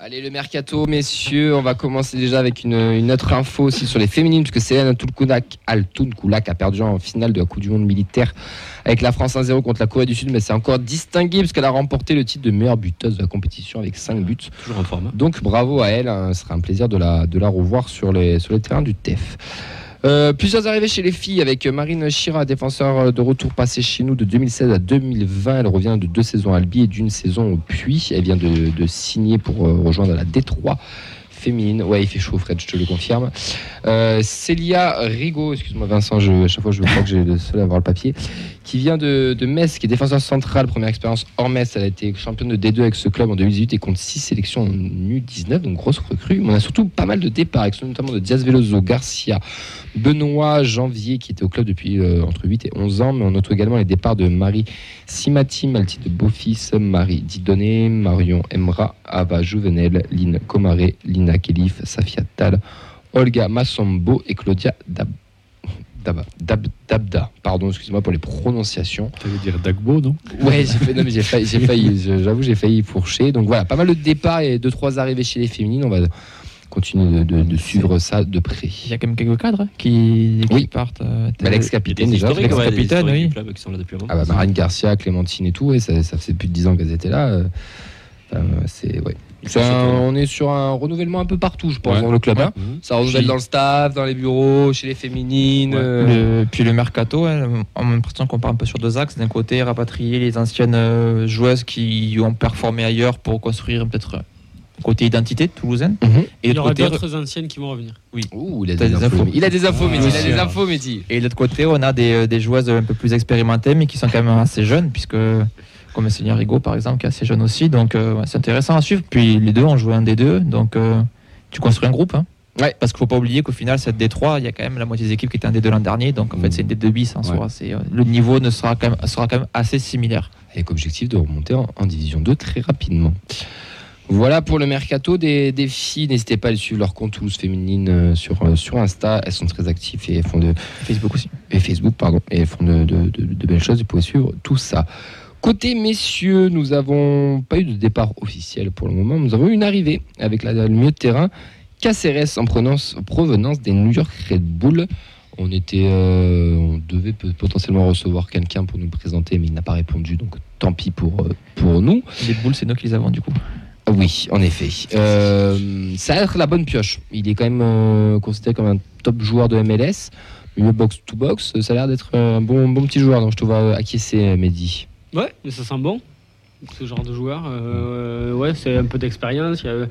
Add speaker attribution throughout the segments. Speaker 1: Allez, le mercato, messieurs, on va commencer déjà avec une, une autre info aussi sur les féminines, puisque Céline Tulkunak, Altunkulak a perdu en finale de la Coupe du Monde militaire avec la France 1-0 contre la Corée du Sud, mais c'est encore distingué puisqu'elle a remporté le titre de meilleure buteuse de la compétition avec 5 buts.
Speaker 2: Toujours en forme.
Speaker 1: Donc bravo à elle, hein, ce sera un plaisir de la, de la revoir sur les, sur les terrains du TEF. Euh, plusieurs arrivées chez les filles avec Marine Chira, défenseur de retour passé chez nous de 2016 à 2020. Elle revient de deux saisons à Albi et d'une saison au Puy. Elle vient de, de signer pour euh, rejoindre la Détroit féminine. Ouais, il fait chaud, Fred, je te le confirme. Euh, Célia Rigaud, excuse-moi Vincent, je, à chaque fois je crois que j'ai le seul à avoir le papier, qui vient de, de Metz, qui est défenseur central, première expérience hors Metz. Elle a été championne de D2 avec ce club en 2018 et compte 6 sélections en U19, donc grosse recrue. Mais on a surtout pas mal de départs, avec ceux notamment de Diaz Veloso, Garcia, Benoît Janvier, qui était au club depuis euh, entre 8 et 11 ans, mais on note également les départs de Marie Simati, Malti de Beaufils, Marie Didonné, Marion Emra, Ava Jouvenel, Lynn Comaré, Lina Kelif, Safia Tal, Olga Massombo et Claudia Dab- Daba- Dab- Dabda. Pardon, excusez-moi pour les prononciations.
Speaker 2: Ça veut dire Dagbo, non
Speaker 1: Ouais, j'ai failli, non, mais j'ai failli, j'ai failli- je- j'avoue, j'ai failli fourcher. Donc voilà, pas mal de départs et deux trois arrivées chez les féminines. On va continuer de, de- de suivre ça de près.
Speaker 3: Il y a quand même quelques cadres hein, qui, qui
Speaker 1: Oui.
Speaker 3: partent. euh,
Speaker 1: Bah, L'ex-capitaine déjà.
Speaker 3: historiques, ouais. L'ex-capitaine, oui.
Speaker 2: qui sont là depuis longtemps.
Speaker 1: Ah bah Marine Garcia, Clémentine et tout, et ça, ça fait plus de 10 ans qu'elles étaient là. euh, euh, c'est ouais.
Speaker 2: Ils
Speaker 1: C'est
Speaker 2: sont
Speaker 1: un-
Speaker 2: surtout-
Speaker 1: on est sur un renouvellement un peu partout, je pense,
Speaker 2: Ouais.
Speaker 1: dans le club. hein.
Speaker 2: Mhm.
Speaker 1: Ça renouvelle
Speaker 3: Puis-
Speaker 1: dans le staff, dans les bureaux, chez les féminines.
Speaker 2: Ouais.
Speaker 1: euh,
Speaker 3: Le- puis le mercato, hein, on a l'impression qu'on part un peu sur deux axes. D'un côté, rapatrier les anciennes euh, joueuses qui ont performé ailleurs pour construire peut-être un côté identité toulousaine.
Speaker 1: Mhm.
Speaker 3: Et de
Speaker 4: Il y
Speaker 3: l'autre
Speaker 4: aura
Speaker 3: côté,
Speaker 4: d'autres anciennes qui vont revenir.
Speaker 1: Ouh, il a
Speaker 3: T'as
Speaker 1: des,
Speaker 3: des
Speaker 1: infos.
Speaker 3: infos.
Speaker 1: Il a des infos,
Speaker 4: Ah,
Speaker 1: Mehdi. Il a
Speaker 2: oui,
Speaker 1: des
Speaker 2: sûr.
Speaker 1: infos, Mehdi.
Speaker 3: et de l'autre côté, on a des, des joueuses un peu plus expérimentées, mais qui sont quand même assez jeunes, puisque comme Seigneur Rigaud, par exemple, qui est assez jeune aussi. Donc euh, ouais, c'est intéressant à suivre. Puis les deux ont joué un des deux, donc euh, tu construis un groupe. hein.
Speaker 1: Ouais.
Speaker 3: Parce qu'il faut pas oublier qu'au final, cette D3, il y a quand même la moitié des équipes qui étaient un D2 l'an dernier. Donc en
Speaker 1: Mhm.
Speaker 3: fait, c'est une D2 bis en soi. C'est, euh, le niveau ne sera, quand même, sera quand même assez similaire.
Speaker 1: Avec objectif de remonter en, en division 2 très rapidement. Voilà pour le mercato des, des filles. N'hésitez pas à aller suivre leur compte Toulouse Féminine euh, sur, euh, sur Insta. Elles sont très actives et elles font de,
Speaker 3: Facebook aussi.
Speaker 1: et Facebook, pardon, et elles font de, de- de- de belles choses. Vous pouvez suivre tout ça. Côté messieurs, nous avons pas eu de départ officiel pour le moment. mais Nous avons eu une arrivée avec la, le milieu de terrain Caceres en prononce- en provenance des New York Red Bull. On était, euh, on devait peut- potentiellement recevoir quelqu'un pour nous présenter, mais il n'a pas répondu, donc tant pis pour euh, pour nous.
Speaker 3: Les boules, c'est nous qui les avons du coup.
Speaker 1: Ah Oui, en effet. Euh, ça va être la bonne pioche. Il est quand même euh, considéré comme un top joueur de MLS. Milieu box-to-box, euh, ça a l'air d'être un bon, bon petit joueur. Donc je te vois euh, acquiescer, euh, Mehdi.
Speaker 4: Ouais, mais ça sent bon, ce genre de joueur. Euh, ouais, c'est un peu d'expérience. Il y a euh,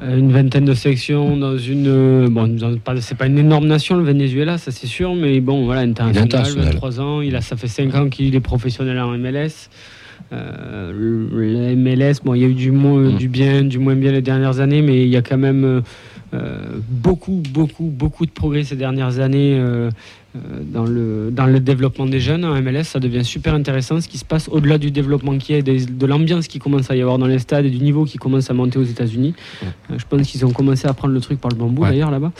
Speaker 4: une vingtaine de sélections dans une. euh, Bon, dans- pas- c'est pas une énorme nation, le Venezuela, ça c'est sûr, mais bon, voilà, international,
Speaker 1: international.
Speaker 4: 23 ans. Il a, ça fait 5 ans qu'il est professionnel en MLS. Euh, le- la MLS, bon, il y a eu du, moins,
Speaker 1: Mm.
Speaker 4: du bien, du moins bien les dernières années, mais il y a quand même euh, euh, beaucoup, beaucoup, beaucoup de progrès ces dernières années. euh, euh, dans le, dans le développement des jeunes en MLS, ça devient super intéressant ce qui se passe au-delà du développement qu'il y a et des- de l'ambiance qui commence à y avoir dans les stades et du niveau qui commence à monter aux États-Unis. Euh, Je pense qu'ils ont commencé à prendre le truc par le bambou
Speaker 1: Ouais.
Speaker 4: d'ailleurs là-bas.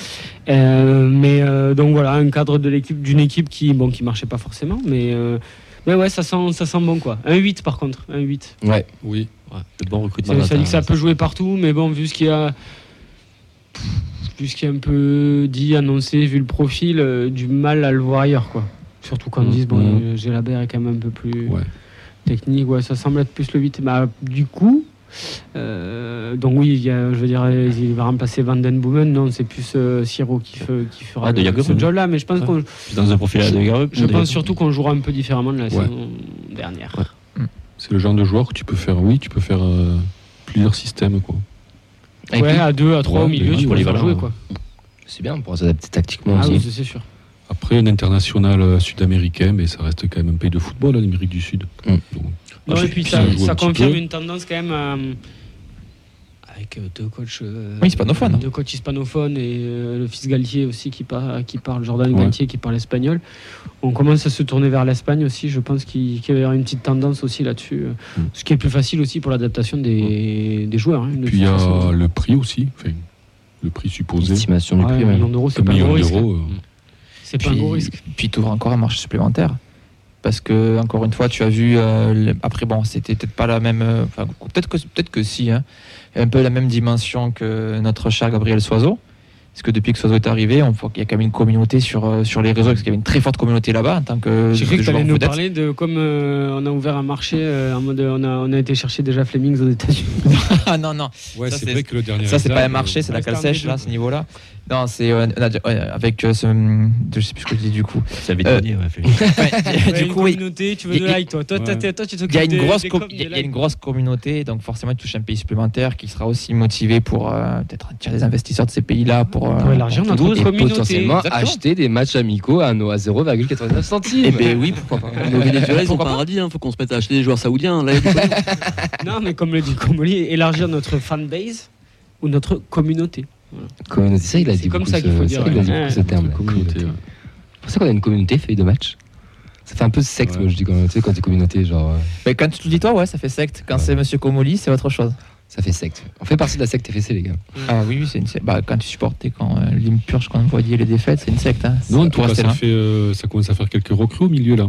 Speaker 4: Euh, mais euh, donc voilà, un cadre de l'équipe d'une équipe qui bon qui marchait pas forcément, mais euh, mais ouais, ça sent ça sent bon quoi. Un 8 par contre, un 8.
Speaker 1: Ouais.
Speaker 2: Oui, ouais, de bons
Speaker 4: Ça,
Speaker 2: recrutements.
Speaker 4: ça dit que ça peut jouer partout, mais bon, vu ce qu'il y a. Vu ce qui est un peu dit, annoncé, vu le profil, euh, du mal à le voir ailleurs, quoi. Surtout quand on
Speaker 2: Mhm.
Speaker 4: dit, bon,
Speaker 2: Mhm.
Speaker 4: euh, Gélabert est quand même un peu plus
Speaker 2: Ouais.
Speaker 4: technique, ouais, ça semble être plus le 8. Bah, du coup, euh, donc oui, il y a, je veux dire, il va remplacer Van Den Boomen, non, c'est plus euh, Siro qui, fe- qui fera
Speaker 2: Ah, de
Speaker 4: le-
Speaker 2: Jager,
Speaker 4: ce
Speaker 2: oui.
Speaker 4: job-là, mais je pense
Speaker 2: Ouais.
Speaker 4: qu'on.
Speaker 2: Puis euh, Dans un profil à deux gars,
Speaker 4: Je
Speaker 2: des-
Speaker 4: pense surtout qu'on jouera un peu différemment de la
Speaker 2: Ouais.
Speaker 4: saison dernière.
Speaker 2: Ouais.
Speaker 5: C'est le genre de joueur que tu peux faire, oui, tu peux faire euh, plusieurs systèmes. Quoi.
Speaker 1: Avec
Speaker 4: Ouais,
Speaker 1: lui,
Speaker 4: à 2, à 3
Speaker 5: Ouais,
Speaker 4: au
Speaker 5: mais
Speaker 4: milieu,
Speaker 5: oui,
Speaker 4: tu
Speaker 2: pour
Speaker 4: vas
Speaker 2: les
Speaker 4: faire
Speaker 2: valeurs,
Speaker 4: jouer, quoi.
Speaker 1: C'est bien, on pourra s'adapter tactiquement
Speaker 4: Ah
Speaker 1: aussi.
Speaker 4: oui, ça, c'est sûr.
Speaker 5: Après, un international euh, sud-américain, mais ça reste quand même un pays de football, hein, l'Amérique du Sud.
Speaker 1: Mm.
Speaker 5: Donc,
Speaker 4: Non,
Speaker 5: Ah,
Speaker 4: et
Speaker 5: je-
Speaker 4: puis
Speaker 5: puis
Speaker 4: ça,
Speaker 5: ça joue
Speaker 4: ça
Speaker 5: un petit
Speaker 4: confirme
Speaker 5: peu.
Speaker 4: une tendance quand même euh, avec euh, deux coachs euh,
Speaker 3: Oui, hispanophones.
Speaker 4: deux coachs hispanophones et euh, le fils Galtier aussi qui, par- qui parle Jordan
Speaker 5: Ouais.
Speaker 4: Galtier qui parle espagnol. On commence à se tourner vers l'Espagne aussi. Je pense qu'il qu'il va y avoir une petite tendance aussi là-dessus, euh,
Speaker 5: Mm.
Speaker 4: ce qui est plus facile aussi pour l'adaptation des, des joueurs. hein, de
Speaker 5: puis il y
Speaker 4: toute
Speaker 5: a
Speaker 4: façon.
Speaker 5: le prix aussi, enfin, le prix supposé,
Speaker 1: Estimation du
Speaker 4: Ouais,
Speaker 1: prix,
Speaker 4: un
Speaker 1: même.
Speaker 4: million d'euros,
Speaker 5: un
Speaker 4: c'est pas un
Speaker 5: million
Speaker 4: gros risque.
Speaker 5: d'euros. euh,
Speaker 4: C'est pas un gros risque.
Speaker 3: Puis tu ouvres encore un marché supplémentaire. Parce que, encore une fois, tu as vu. euh, le- Après, bon, c'était peut-être pas la même. euh, enfin, peut-être que, peut que si, hein, un peu la même dimension que notre cher Gabriel Soiseau. Parce que depuis que Soiseau est arrivé, on voit qu'il y a quand même une communauté sur, euh, sur les réseaux, parce qu'il y avait une très forte communauté là-bas en tant que.
Speaker 4: J'ai cru que tu
Speaker 3: joueur
Speaker 4: allais nous
Speaker 3: vedette.
Speaker 4: parler de comme euh, on a ouvert un marché euh, en mode euh, on a, on a été chercher déjà Flemings aux États-Unis.
Speaker 3: Ah non, non.
Speaker 5: Ouais,
Speaker 3: Ça,
Speaker 5: c'est
Speaker 3: c'est-
Speaker 5: vrai que le dernier.
Speaker 3: Ça, c'est pas un
Speaker 5: épisode,
Speaker 3: marché,
Speaker 5: euh,
Speaker 3: c'est la
Speaker 4: Western
Speaker 3: cale sèche,
Speaker 4: Union.
Speaker 3: là, à ce niveau-là. Non, c'est. euh, on a- euh, avec euh, ce. Je sais plus ce que je dis du coup.
Speaker 2: Ça avait
Speaker 3: Euh,
Speaker 2: donné, ouais, fait.
Speaker 3: Ouais,
Speaker 4: Ouais,
Speaker 3: du
Speaker 4: Bah, une
Speaker 3: coup, oui.
Speaker 4: communauté, tu veux
Speaker 3: Il-
Speaker 4: de
Speaker 3: il-
Speaker 4: like toi. Toi,
Speaker 5: Ouais.
Speaker 4: t'as- t'as- toi, tu
Speaker 3: Il y, a
Speaker 4: t'occupes
Speaker 3: une
Speaker 4: des-
Speaker 3: grosse
Speaker 4: des
Speaker 3: com-
Speaker 4: com-
Speaker 3: il y a- il
Speaker 4: des
Speaker 3: y a une
Speaker 4: likes.
Speaker 3: grosse communauté, donc forcément, il touche un pays supplémentaire qui sera aussi motivé pour euh, peut-être attirer des investisseurs de ces pays-là pour, euh,
Speaker 4: Pour élargir
Speaker 3: pour
Speaker 4: notre
Speaker 3: Toulouse.
Speaker 1: Et
Speaker 4: communauté,
Speaker 1: potentiellement
Speaker 3: exactement.
Speaker 1: acheter des matchs amicaux à, nos- à 0,89 centimes.
Speaker 3: Eh ben oui, pourquoi pas.
Speaker 6: Nos Venezuela, ils sont
Speaker 3: Pourquoi pas
Speaker 6: paradis, hein, faut qu'on se mette à acheter des joueurs saoudiens. hein, Là, il y a du pognon.
Speaker 4: Non, mais comme le dit Comoli, élargir notre fanbase ou notre communauté.
Speaker 1: Communauté, ça, il a
Speaker 4: C'est
Speaker 1: dit
Speaker 4: comme
Speaker 1: beaucoup
Speaker 4: ça qu'il
Speaker 1: ce-
Speaker 4: faut dire,
Speaker 1: il a dit
Speaker 4: ouais.
Speaker 1: beaucoup ce terme.
Speaker 5: communauté, ouais.
Speaker 1: C'est pour ça qu'on a une communauté feuille de match. Ça fait un peu sexe,
Speaker 5: Ouais.
Speaker 1: moi, je dis communauté, quand tu dis communauté, genre. euh,
Speaker 3: Mais quand tu te dis toi, ouais, ça fait secte. Quand
Speaker 1: Ouais.
Speaker 3: c'est Monsieur Comoli, c'est autre chose.
Speaker 4: Mm.
Speaker 1: ça fait secte. On fait partie de la secte FFC, les gars.
Speaker 3: Ah oui, oui, c'est une secte. Bah, quand tu supportes et quand euh, l'hymne purge, quand on voyait les défaites, c'est une secte. Hein.
Speaker 5: Non, en
Speaker 3: Ça-
Speaker 5: tout
Speaker 3: pour
Speaker 5: cas,
Speaker 3: rester
Speaker 5: ça,
Speaker 3: là.
Speaker 5: fait, euh, ça commence à faire quelques recrues au milieu là.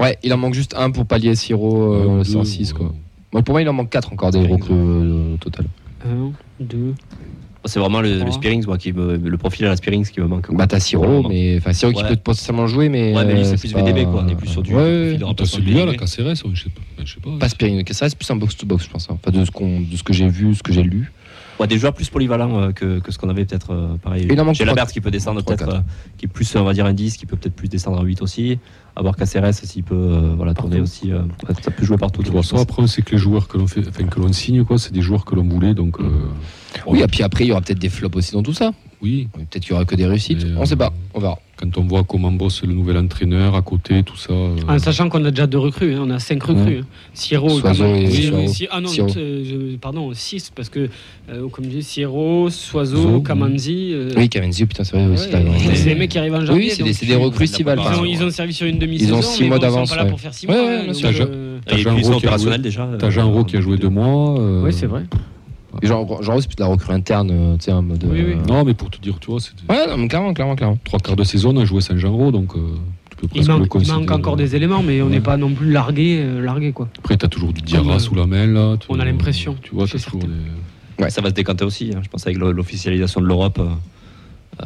Speaker 1: Ouais, il en manque juste un pour pallier Siro euh,
Speaker 5: Deux,
Speaker 1: 106,
Speaker 5: euh,
Speaker 1: quoi. Moi, pour moi, il en manque 4 encore des
Speaker 2: Spirings,
Speaker 1: recrues euh, au total.
Speaker 4: Un, deux.
Speaker 2: C'est vraiment le, le
Speaker 4: Trois.
Speaker 2: Spearings, moi, qui me- le profil à la Spearings qui me manque.
Speaker 1: Bah, t'as Siro, mais. Enfin, Siro qui
Speaker 2: Ouais.
Speaker 1: peut potentiellement jouer, mais.
Speaker 2: Ouais, mais lui,
Speaker 1: euh,
Speaker 2: c'est plus
Speaker 1: pas-
Speaker 2: VDB, quoi. On est plus sur du-
Speaker 1: Ouais,
Speaker 2: Il aura
Speaker 5: T'as
Speaker 2: pas son
Speaker 5: celui-là,
Speaker 2: DDB.
Speaker 5: la Caceres, ou je sais pas. Je sais pas.
Speaker 1: Pas Spirine, ça reste plus un box-to-box, je pense. hein. Enfin, de ce, qu'on- de ce que j'ai vu, ce que j'ai lu.
Speaker 2: Ouais, des joueurs plus polyvalents euh, que, que ce qu'on avait peut-être euh, pareil.
Speaker 1: Il en manque
Speaker 2: J'ai
Speaker 1: trois-
Speaker 2: la qui peut descendre
Speaker 1: trois,
Speaker 2: peut-être,
Speaker 1: quatre.
Speaker 2: euh, qui est plus on va dire un 10, qui peut peut-être plus descendre à 8 aussi. Avoir Caceres s'il peut euh, voilà tourner aussi, euh, ouais, ça peut jouer partout.
Speaker 5: De toute façon, après, c'est que les joueurs que l'on fait, enfin, que l'on signe, quoi, c'est des joueurs que l'on voulait, donc. euh,
Speaker 3: Mm.
Speaker 1: Oui, et puis après, il y aura peut-être des flops aussi dans tout ça.
Speaker 5: oui.
Speaker 1: Peut-être qu'il y aura que des réussites.
Speaker 5: Mais,
Speaker 1: On sait
Speaker 5: euh,
Speaker 1: pas, on verra.
Speaker 5: Quand on voit comment bosse le nouvel entraîneur à côté, tout ça. euh,
Speaker 3: Ah,
Speaker 4: En sachant qu'on a déjà deux recrues, hein, on a cinq recrues. hein. Siro,
Speaker 1: Soiseau
Speaker 4: Gabriel-
Speaker 1: et
Speaker 4: oui,
Speaker 1: Siro.
Speaker 4: oui, si- ah non,
Speaker 1: Siro.
Speaker 4: euh, je- pardon, six, parce que, euh, comme je dis, Siro, Soiseau,
Speaker 5: Soiseau,
Speaker 4: Kamanzi. euh,
Speaker 1: Oui, Kamenzi, putain, c'est vrai
Speaker 4: ouais,
Speaker 1: aussi. t'as raison.
Speaker 4: c'est des mecs qui arrivent en janvier.
Speaker 1: Oui, c'est des,
Speaker 4: donc
Speaker 1: c'est des
Speaker 4: ils-
Speaker 1: recrues estivales.
Speaker 4: Ils ont,
Speaker 1: pardon.
Speaker 4: ils ont servi sur une demi-saison.
Speaker 1: Ils ont six
Speaker 4: mais
Speaker 1: mois
Speaker 4: bon,
Speaker 1: d'avance,
Speaker 4: Ils sont pas là
Speaker 1: ouais.
Speaker 4: pour faire six
Speaker 1: Ouais,
Speaker 4: mois.
Speaker 1: ouais, bien
Speaker 4: donc,
Speaker 1: sûr.
Speaker 4: euh,
Speaker 5: T'as Jean Roux qui a
Speaker 2: opérationnel déjà. euh,
Speaker 5: T'as Jean-Ro qui a joué deux mois. euh,
Speaker 4: ouais, c'est vrai.
Speaker 1: Et Genre, genre c'est plus de la recrue interne, euh, tu sais, en mode.
Speaker 4: Oui, oui.
Speaker 1: euh,
Speaker 5: Non, mais pour te dire, tu vois, c'est
Speaker 1: Ouais, non, mais clairement, clairement, clairement.
Speaker 5: trois quarts de saison, on a joué Saint-Jean-Ro, donc euh, tu peux
Speaker 4: Il
Speaker 5: presque le
Speaker 4: manque, il
Speaker 5: considérer.
Speaker 4: manque
Speaker 1: euh,
Speaker 4: encore des éléments, mais on
Speaker 5: Ouais.
Speaker 4: n'est pas non plus largué, euh, largué quoi.
Speaker 5: Après, t'as toujours du
Speaker 4: Comme, euh,
Speaker 5: Diarra sous la main, là. tu-
Speaker 4: on a l'impression,
Speaker 5: Tu vois,
Speaker 4: chez
Speaker 5: t'as toujours
Speaker 4: certains.
Speaker 5: des.
Speaker 2: Ça va se décanter aussi. hein. Je pense avec le- l'officialisation de l'Europe, euh, euh,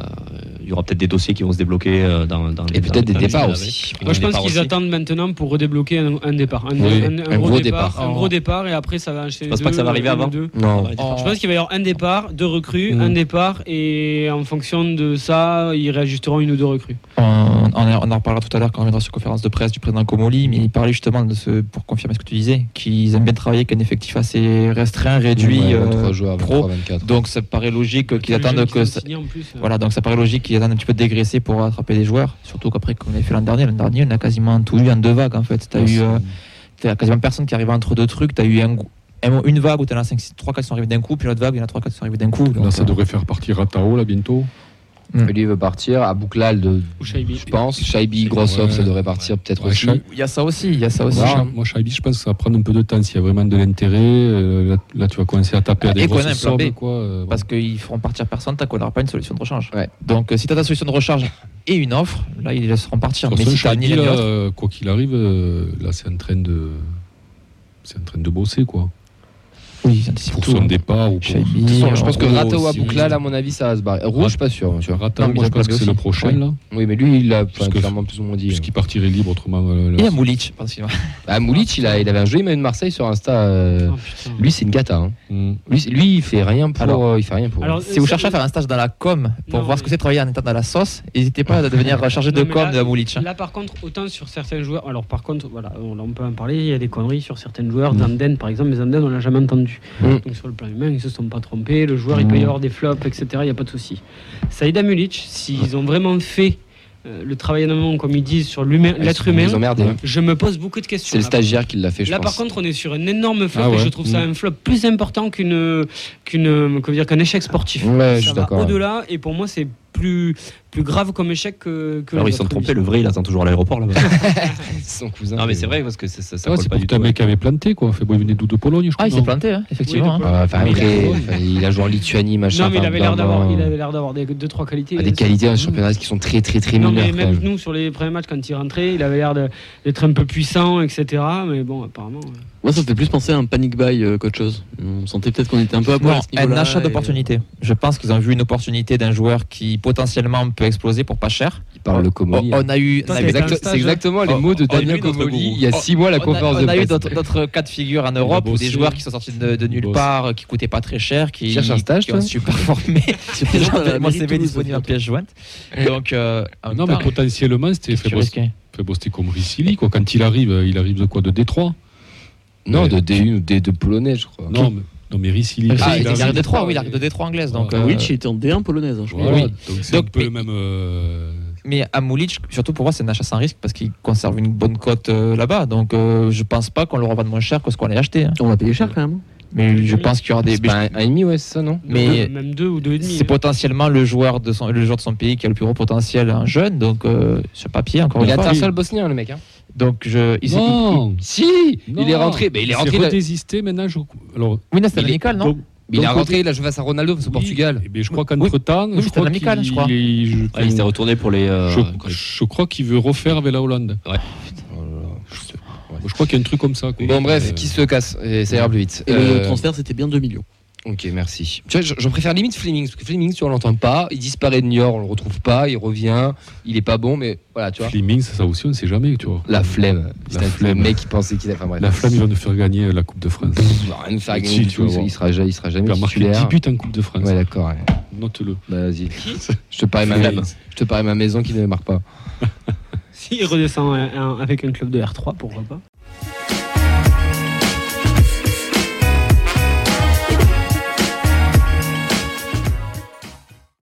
Speaker 2: il y aura peut-être des dossiers qui vont se débloquer euh, dans, dans
Speaker 1: Et
Speaker 2: les- dans-
Speaker 1: peut-être des
Speaker 2: dans les-
Speaker 1: départs
Speaker 2: dans-
Speaker 1: aussi.
Speaker 2: dans
Speaker 4: Moi, je
Speaker 2: les
Speaker 4: pense
Speaker 2: départs
Speaker 4: qu'ils
Speaker 2: aussi.
Speaker 4: attendent maintenant pour redébloquer un, un départ. Un,
Speaker 1: Oui,
Speaker 4: un- un
Speaker 1: un gros
Speaker 4: gros
Speaker 1: départ.
Speaker 4: Un
Speaker 3: Oh.
Speaker 4: gros départ, et après, ça va enchaîner.
Speaker 2: Je pense pas
Speaker 4: deux,
Speaker 2: que ça va arriver
Speaker 4: un,
Speaker 2: avant.
Speaker 4: deux.
Speaker 1: Non.
Speaker 4: Je pense qu'il va y avoir un départ, deux recrues, un départ, et en fonction de ça, ils réajusteront une ou deux recrues.
Speaker 3: On, on en- on en reparlera tout à l'heure quand on reviendra sur la conférence de presse du président Comoli, mais il parlait justement de ce, pour confirmer ce que tu disais, qu'ils aiment bien travailler avec un effectif assez restreint, réduit,
Speaker 1: Ouais,
Speaker 3: euh,
Speaker 1: 23 joueurs,
Speaker 3: pro.
Speaker 1: 23, 24.
Speaker 3: donc ça paraît logique qu'ils
Speaker 4: Les jeunes
Speaker 3: attendent
Speaker 4: qui
Speaker 3: que
Speaker 4: sont
Speaker 3: ça,
Speaker 4: signés en plus, euh,
Speaker 3: voilà, donc ça paraît logique qu'ils attendent un petit peu de dégraisser pour attraper des joueurs, surtout qu'après comme on avait fait l'an dernier, l'an dernier on a quasiment tout eu en deux vagues en fait, t'as eu euh, t'as quasiment personne qui arrivait entre deux trucs, t'as eu un, gou- un- une vague où t'en as 5, 6, 3, 4 qui sont arrivés d'un coup, puis l'autre vague il y en a 3, 4 qui sont arrivés d'un coup, donc,
Speaker 5: Là, ça
Speaker 3: euh,
Speaker 5: devrait faire partir Ratao, là, bientôt.
Speaker 1: Lui veut partir. À Bouklal, de-
Speaker 4: ou Shaibi.
Speaker 1: je pense. Shaibi, Grossov,
Speaker 5: Ouais.
Speaker 1: ça devrait partir peut-être
Speaker 5: Ouais,
Speaker 1: aussi.
Speaker 5: Shai-
Speaker 3: euh, il y a ça aussi, il y a ça aussi.
Speaker 1: Voilà.
Speaker 5: Moi, moi, Shaibi, je pense que ça va prendre un peu de temps. S'il y a vraiment de l'intérêt, euh, là, là, tu vas commencer à taper à
Speaker 3: Ah, Et
Speaker 5: des
Speaker 3: qu'on a
Speaker 5: grosses
Speaker 3: un plan B.
Speaker 5: sommes. Quoi, euh,
Speaker 3: Parce qu'ils feront partir personne tant qu'on n'aura pas une solution de rechange.
Speaker 1: Ouais.
Speaker 3: Donc euh, si tu as ta solution de recharge et une offre, là ils laisseront partir.
Speaker 5: Sur
Speaker 3: Mais
Speaker 5: ce,
Speaker 3: si tu as ni
Speaker 5: Shaibi,
Speaker 3: l'un ni
Speaker 5: là,
Speaker 3: l'autre,
Speaker 5: euh, quoi qu'il arrive, euh, là, c'est en train de. C'est en train de bosser, quoi.
Speaker 3: oui, ils anticipent
Speaker 5: Pour
Speaker 3: tout,
Speaker 5: son
Speaker 3: hein.
Speaker 5: départ ou pour.
Speaker 3: Shaibi,
Speaker 1: De toute façon, je
Speaker 3: euh,
Speaker 1: pense que
Speaker 5: Gros
Speaker 1: Ratao à
Speaker 5: aussi.
Speaker 1: Bouklal, à mon avis, ça va se barrer. Rouge, je suis pas sûr. hein, tu vois.
Speaker 5: Ratao,
Speaker 3: Non, mais ils
Speaker 5: moi, je
Speaker 3: ont
Speaker 5: pense que
Speaker 3: parlé
Speaker 5: c'est le
Speaker 3: aussi.
Speaker 5: prochain,
Speaker 3: Oui.
Speaker 5: là.
Speaker 1: Oui, mais lui, il a enfin,
Speaker 5: Parce que-
Speaker 1: clairement plus ou moins dit. hein.
Speaker 5: Puisqu'il partirait libre autrement. euh, là,
Speaker 3: Et à Moulich, pardon,
Speaker 1: Ah, Moulic, il, a- il avait un joli maillot de Marseille sur Insta. euh,
Speaker 4: Oh, putain.
Speaker 1: Lui, c'est une gata. hein.
Speaker 5: Hmm.
Speaker 1: Lui, c'est- lui, il fait rien pour.
Speaker 3: Alors-
Speaker 1: euh, il fait rien pour.
Speaker 4: Alors,
Speaker 3: Si vous cherchez à faire un stage dans la com pour
Speaker 4: Non,
Speaker 3: voir ce que c'est travailler en étant dans la sauce, n'hésitez pas à devenir chargé de
Speaker 4: Non, mais
Speaker 3: com
Speaker 4: là-
Speaker 3: de Moulich.
Speaker 4: Là, par contre, autant sur certains joueurs. Alors, par contre, voilà, on, on peut en parler. Il y a des conneries sur certains joueurs. Zanden, par exemple, mais Zanden, on l'a jamais entendu.
Speaker 1: Mm.
Speaker 4: Donc, sur le plan humain, ils se sont pas trompés. Le joueur, il peut y avoir des flops, etc. Il n'y a pas de souci. Saïda Mulic, s'ils ont vraiment fait euh, le travail en amont, comme ils disent, sur l'humain-
Speaker 1: Ils
Speaker 4: l'être
Speaker 1: sont-
Speaker 4: humain,
Speaker 1: Ils ont merdé. hein.
Speaker 4: je me pose beaucoup de questions.
Speaker 1: C'est le
Speaker 4: là.
Speaker 1: stagiaire qui l'a fait, je
Speaker 4: Là,
Speaker 1: pense.
Speaker 4: par contre, on est sur un énorme flop
Speaker 5: Ah ouais.
Speaker 4: et je trouve ça
Speaker 5: Mm.
Speaker 4: un flop plus important qu'une qu'une comment dire qu'un échec sportif.
Speaker 1: Ouais, je
Speaker 4: ça
Speaker 1: suis
Speaker 4: va
Speaker 1: d'accord. hein.
Speaker 4: au-delà et pour moi, c'est plus, plus grave comme échec que, que
Speaker 2: Alors
Speaker 4: les
Speaker 2: Ah ils sont
Speaker 4: autres
Speaker 2: trompés, le
Speaker 4: missions.
Speaker 2: vrai il attend toujours à l'aéroport là-bas.
Speaker 1: Son cousin.
Speaker 2: non mais c'est vrai parce que ça, ça, ça
Speaker 5: Ouais,
Speaker 2: colle
Speaker 5: c'est
Speaker 2: pas
Speaker 5: pour
Speaker 2: du
Speaker 5: que un
Speaker 2: tout. hein.
Speaker 5: mec avait planté, quoi. Fait bon, il venait d'où de Pologne, je crois.
Speaker 3: Ah, il s'est
Speaker 5: non
Speaker 3: planté, hein, effectivement.
Speaker 4: Oui,
Speaker 3: hein.
Speaker 1: Euh, enfin,
Speaker 4: Mais il
Speaker 1: après,
Speaker 4: a-
Speaker 1: enfin, il a joué en Lituanie, machin.
Speaker 4: Non, mais il
Speaker 1: enfin,
Speaker 4: avait l'air
Speaker 1: dans-
Speaker 4: d'avoir,
Speaker 1: dans-
Speaker 4: il avait l'air d'avoir des deux trois qualités.
Speaker 1: à Ah, des qualités en championnat qui sont très très très
Speaker 4: Non,
Speaker 1: mineures
Speaker 4: mais
Speaker 1: quand même.
Speaker 4: même nous sur les premiers matchs quand il rentrait, il avait l'air de- d'être un peu puissant, etc. Mais bon, apparemment. euh,
Speaker 6: Moi, ça me fait plus penser à un panic buy euh, qu'autre chose. On sentait peut-être qu'on était un peu à poil.
Speaker 3: Non,
Speaker 6: à ce
Speaker 3: un
Speaker 6: niveau-là,
Speaker 3: achat
Speaker 6: et-
Speaker 3: d'opportunité. Je pense qu'ils ont vu une opportunité d'un joueur qui potentiellement peut exploser pour pas cher. Oh,
Speaker 1: Il parle le Comoli.
Speaker 3: on, on a eu,
Speaker 4: Toi,
Speaker 3: on a
Speaker 1: C'est
Speaker 4: t'es
Speaker 3: eu-
Speaker 4: exact-
Speaker 1: exact-
Speaker 4: un stage,
Speaker 1: c'est exactement les mots de
Speaker 3: on a eu
Speaker 1: Damien
Speaker 3: notre
Speaker 1: Comoli
Speaker 3: gourou.
Speaker 1: il y a six mois à la
Speaker 3: on a-
Speaker 1: conférence
Speaker 3: on
Speaker 1: de
Speaker 3: a eu
Speaker 1: presse.
Speaker 3: d'autres d'autres cas de figure en Europe où
Speaker 5: bossé.
Speaker 3: des joueurs qui sont sortis de, de nulle
Speaker 5: bosse.
Speaker 3: part, euh, qui coûtaient pas très cher, qui,
Speaker 1: Cherche un stage,
Speaker 3: qui
Speaker 1: toi
Speaker 3: ont su performer.
Speaker 6: C'est
Speaker 3: Je
Speaker 6: présent à la
Speaker 3: rappelle, Mon
Speaker 6: mairie de
Speaker 3: CV est
Speaker 6: Toulouse,
Speaker 3: disponible en pièce jointe. Donc, euh, en même
Speaker 5: Non,
Speaker 2: Ah,
Speaker 5: mais
Speaker 3: temps,
Speaker 5: potentiellement, c'était
Speaker 3: qu'est-ce que
Speaker 5: fait
Speaker 3: tu
Speaker 5: bosser.
Speaker 3: risques, hein
Speaker 5: Fait bosser comme Ricili, quoi. Quand il arrive, euh, il arrive de quoi De Détroit
Speaker 1: Non,
Speaker 5: Ouais.
Speaker 1: de D1 ou D2 polonais, je crois.
Speaker 5: Non, mais, non, mais Ricili.
Speaker 3: Ah,
Speaker 1: Ah,
Speaker 3: il,
Speaker 1: il arrive
Speaker 3: arrive de Détroit,
Speaker 5: Détroit,
Speaker 3: oui, il
Speaker 5: oui.
Speaker 3: arrive de Détroit anglaise. Donc,
Speaker 5: Voilà.
Speaker 3: euh,
Speaker 6: Witch était en D1 polonaise, hein, je crois.
Speaker 5: Voilà,
Speaker 3: oui.
Speaker 5: donc c'est un
Speaker 3: Donc,
Speaker 5: peu
Speaker 3: mais-
Speaker 5: le même. euh,
Speaker 3: Mais à Moulich, surtout pour moi, c'est un achat sans risque parce qu'il conserve une bonne cote euh, là-bas. Donc, euh, je pense pas qu'on le revende moins cher que ce qu'on l'a acheté. hein.
Speaker 6: On l'a payé cher quand même.
Speaker 3: Mais je pense qu'il y aura des.
Speaker 1: C'est pas un un ennemi, ouais, c'est ça, non
Speaker 3: Mais-
Speaker 4: deux- même deux ou deux et demi. hein.
Speaker 3: C'est potentiellement le joueur de son, le joueur de son pays qui a le plus gros potentiel en jeune, donc euh, sur papier encore
Speaker 1: Il est
Speaker 3: une fois.
Speaker 1: international bosnien, le mec. hein.
Speaker 3: Donc je, il s'est-
Speaker 5: Non
Speaker 1: Si Il est
Speaker 5: Non.
Speaker 1: rentré, mais il est rentré.
Speaker 5: Il
Speaker 1: il
Speaker 5: s'est
Speaker 1: a-
Speaker 5: redésisté, maintenant. Je... Alors,
Speaker 3: il- oui, non, c'était
Speaker 1: Il est-
Speaker 3: l'amical, non
Speaker 5: donc,
Speaker 1: mais Il est
Speaker 5: Donc,
Speaker 1: rentré, il a joué face à Ronaldo, face au
Speaker 5: oui,
Speaker 1: Portugal.
Speaker 5: eh bien, je crois qu'entre-temps,
Speaker 3: oui,
Speaker 5: je
Speaker 3: c'était
Speaker 5: crois
Speaker 3: un amical, je crois.
Speaker 5: qu'il- il-
Speaker 2: Ah, il s'est retourné pour les. euh,
Speaker 5: Je,
Speaker 2: pour les-
Speaker 5: je crois qu'il veut refaire avec la Hollande.
Speaker 2: Oh
Speaker 5: Je crois qu'il y a un truc comme ça. quoi.
Speaker 1: Bon, bref,
Speaker 5: Euh,
Speaker 1: qui se casse, et ça ira plus vite.
Speaker 6: Et
Speaker 1: Euh,
Speaker 6: le transfert, c'était bien 2 millions.
Speaker 1: Ok, merci. Tu vois, je, je préfère limite Flemings, parce que Flemings, tu vois, on l'entend pas, il disparaît de Niort, on le retrouve pas, il revient, il est pas bon, mais voilà, tu vois.
Speaker 5: Fleming, ça, ça aussi, on ne sait jamais, tu vois.
Speaker 1: La flemme.
Speaker 5: La
Speaker 1: C'est un
Speaker 5: flemme.
Speaker 1: mec qui pensait qu'il avait. Enfin, bref.
Speaker 5: La flamme, il va nous faire gagner la Coupe de France.
Speaker 1: Pff, bah, rien de faire gagner
Speaker 5: Si,
Speaker 1: du
Speaker 5: tu
Speaker 1: tout,
Speaker 5: vas voir.
Speaker 1: il sera, ja- il sera
Speaker 5: Il
Speaker 1: jamais
Speaker 5: a marqué 10
Speaker 1: titulaire.
Speaker 5: buts en Coupe de France.
Speaker 1: Ouais, d'accord. ouais.
Speaker 5: Note-le.
Speaker 1: Bah, vas-y. Je te parie ma,
Speaker 5: Flemme.
Speaker 1: je te parie ma maison qui ne marque pas.
Speaker 4: hein, S'il redescend un- un- avec un club de R3, pourquoi pas